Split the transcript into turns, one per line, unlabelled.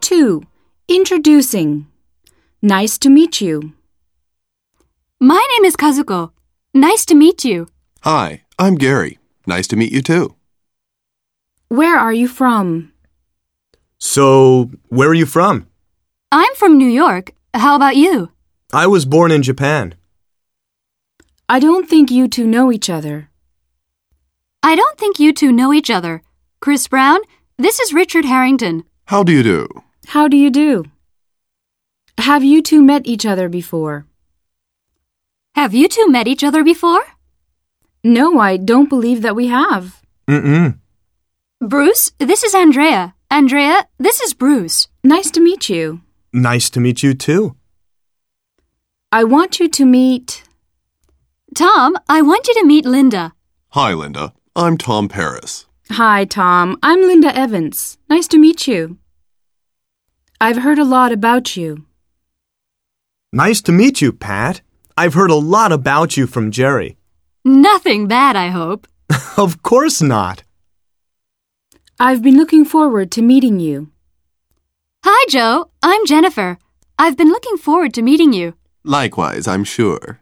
2. Introducing. Nice to meet you.
My name is Kazuko. Nice to meet you.
Hi, I'm Gary. Nice to meet you too.
Where are you from?
So, where are you from?
I'm from New York. How about you?
I was born in Japan.
I don't think you two know each other.
I don't think you two know each other. Chris Brown, this is Richard Harrington.
How do you do?
How do you do? Have you two met each other before?
Have you two met each other before?
No, I don't believe that we have.
Mm-mm.
Bruce, this is Andrea. Andrea, this is Bruce.
Nice to meet you.
Nice to meet you too.
I want you to meet.
Tom, I want you to meet Linda.
Hi, Linda. I'm Tom Paris.
Hi, Tom. I'm Linda Evans. Nice to meet you. I've heard a lot about you.
Nice to meet you, Pat. I've heard a lot about you from Jerry.
Nothing bad, I hope.
of course not.
I've been looking forward to meeting you.
Hi, Joe. I'm Jennifer. I've been looking forward to meeting you.
Likewise, I'm sure.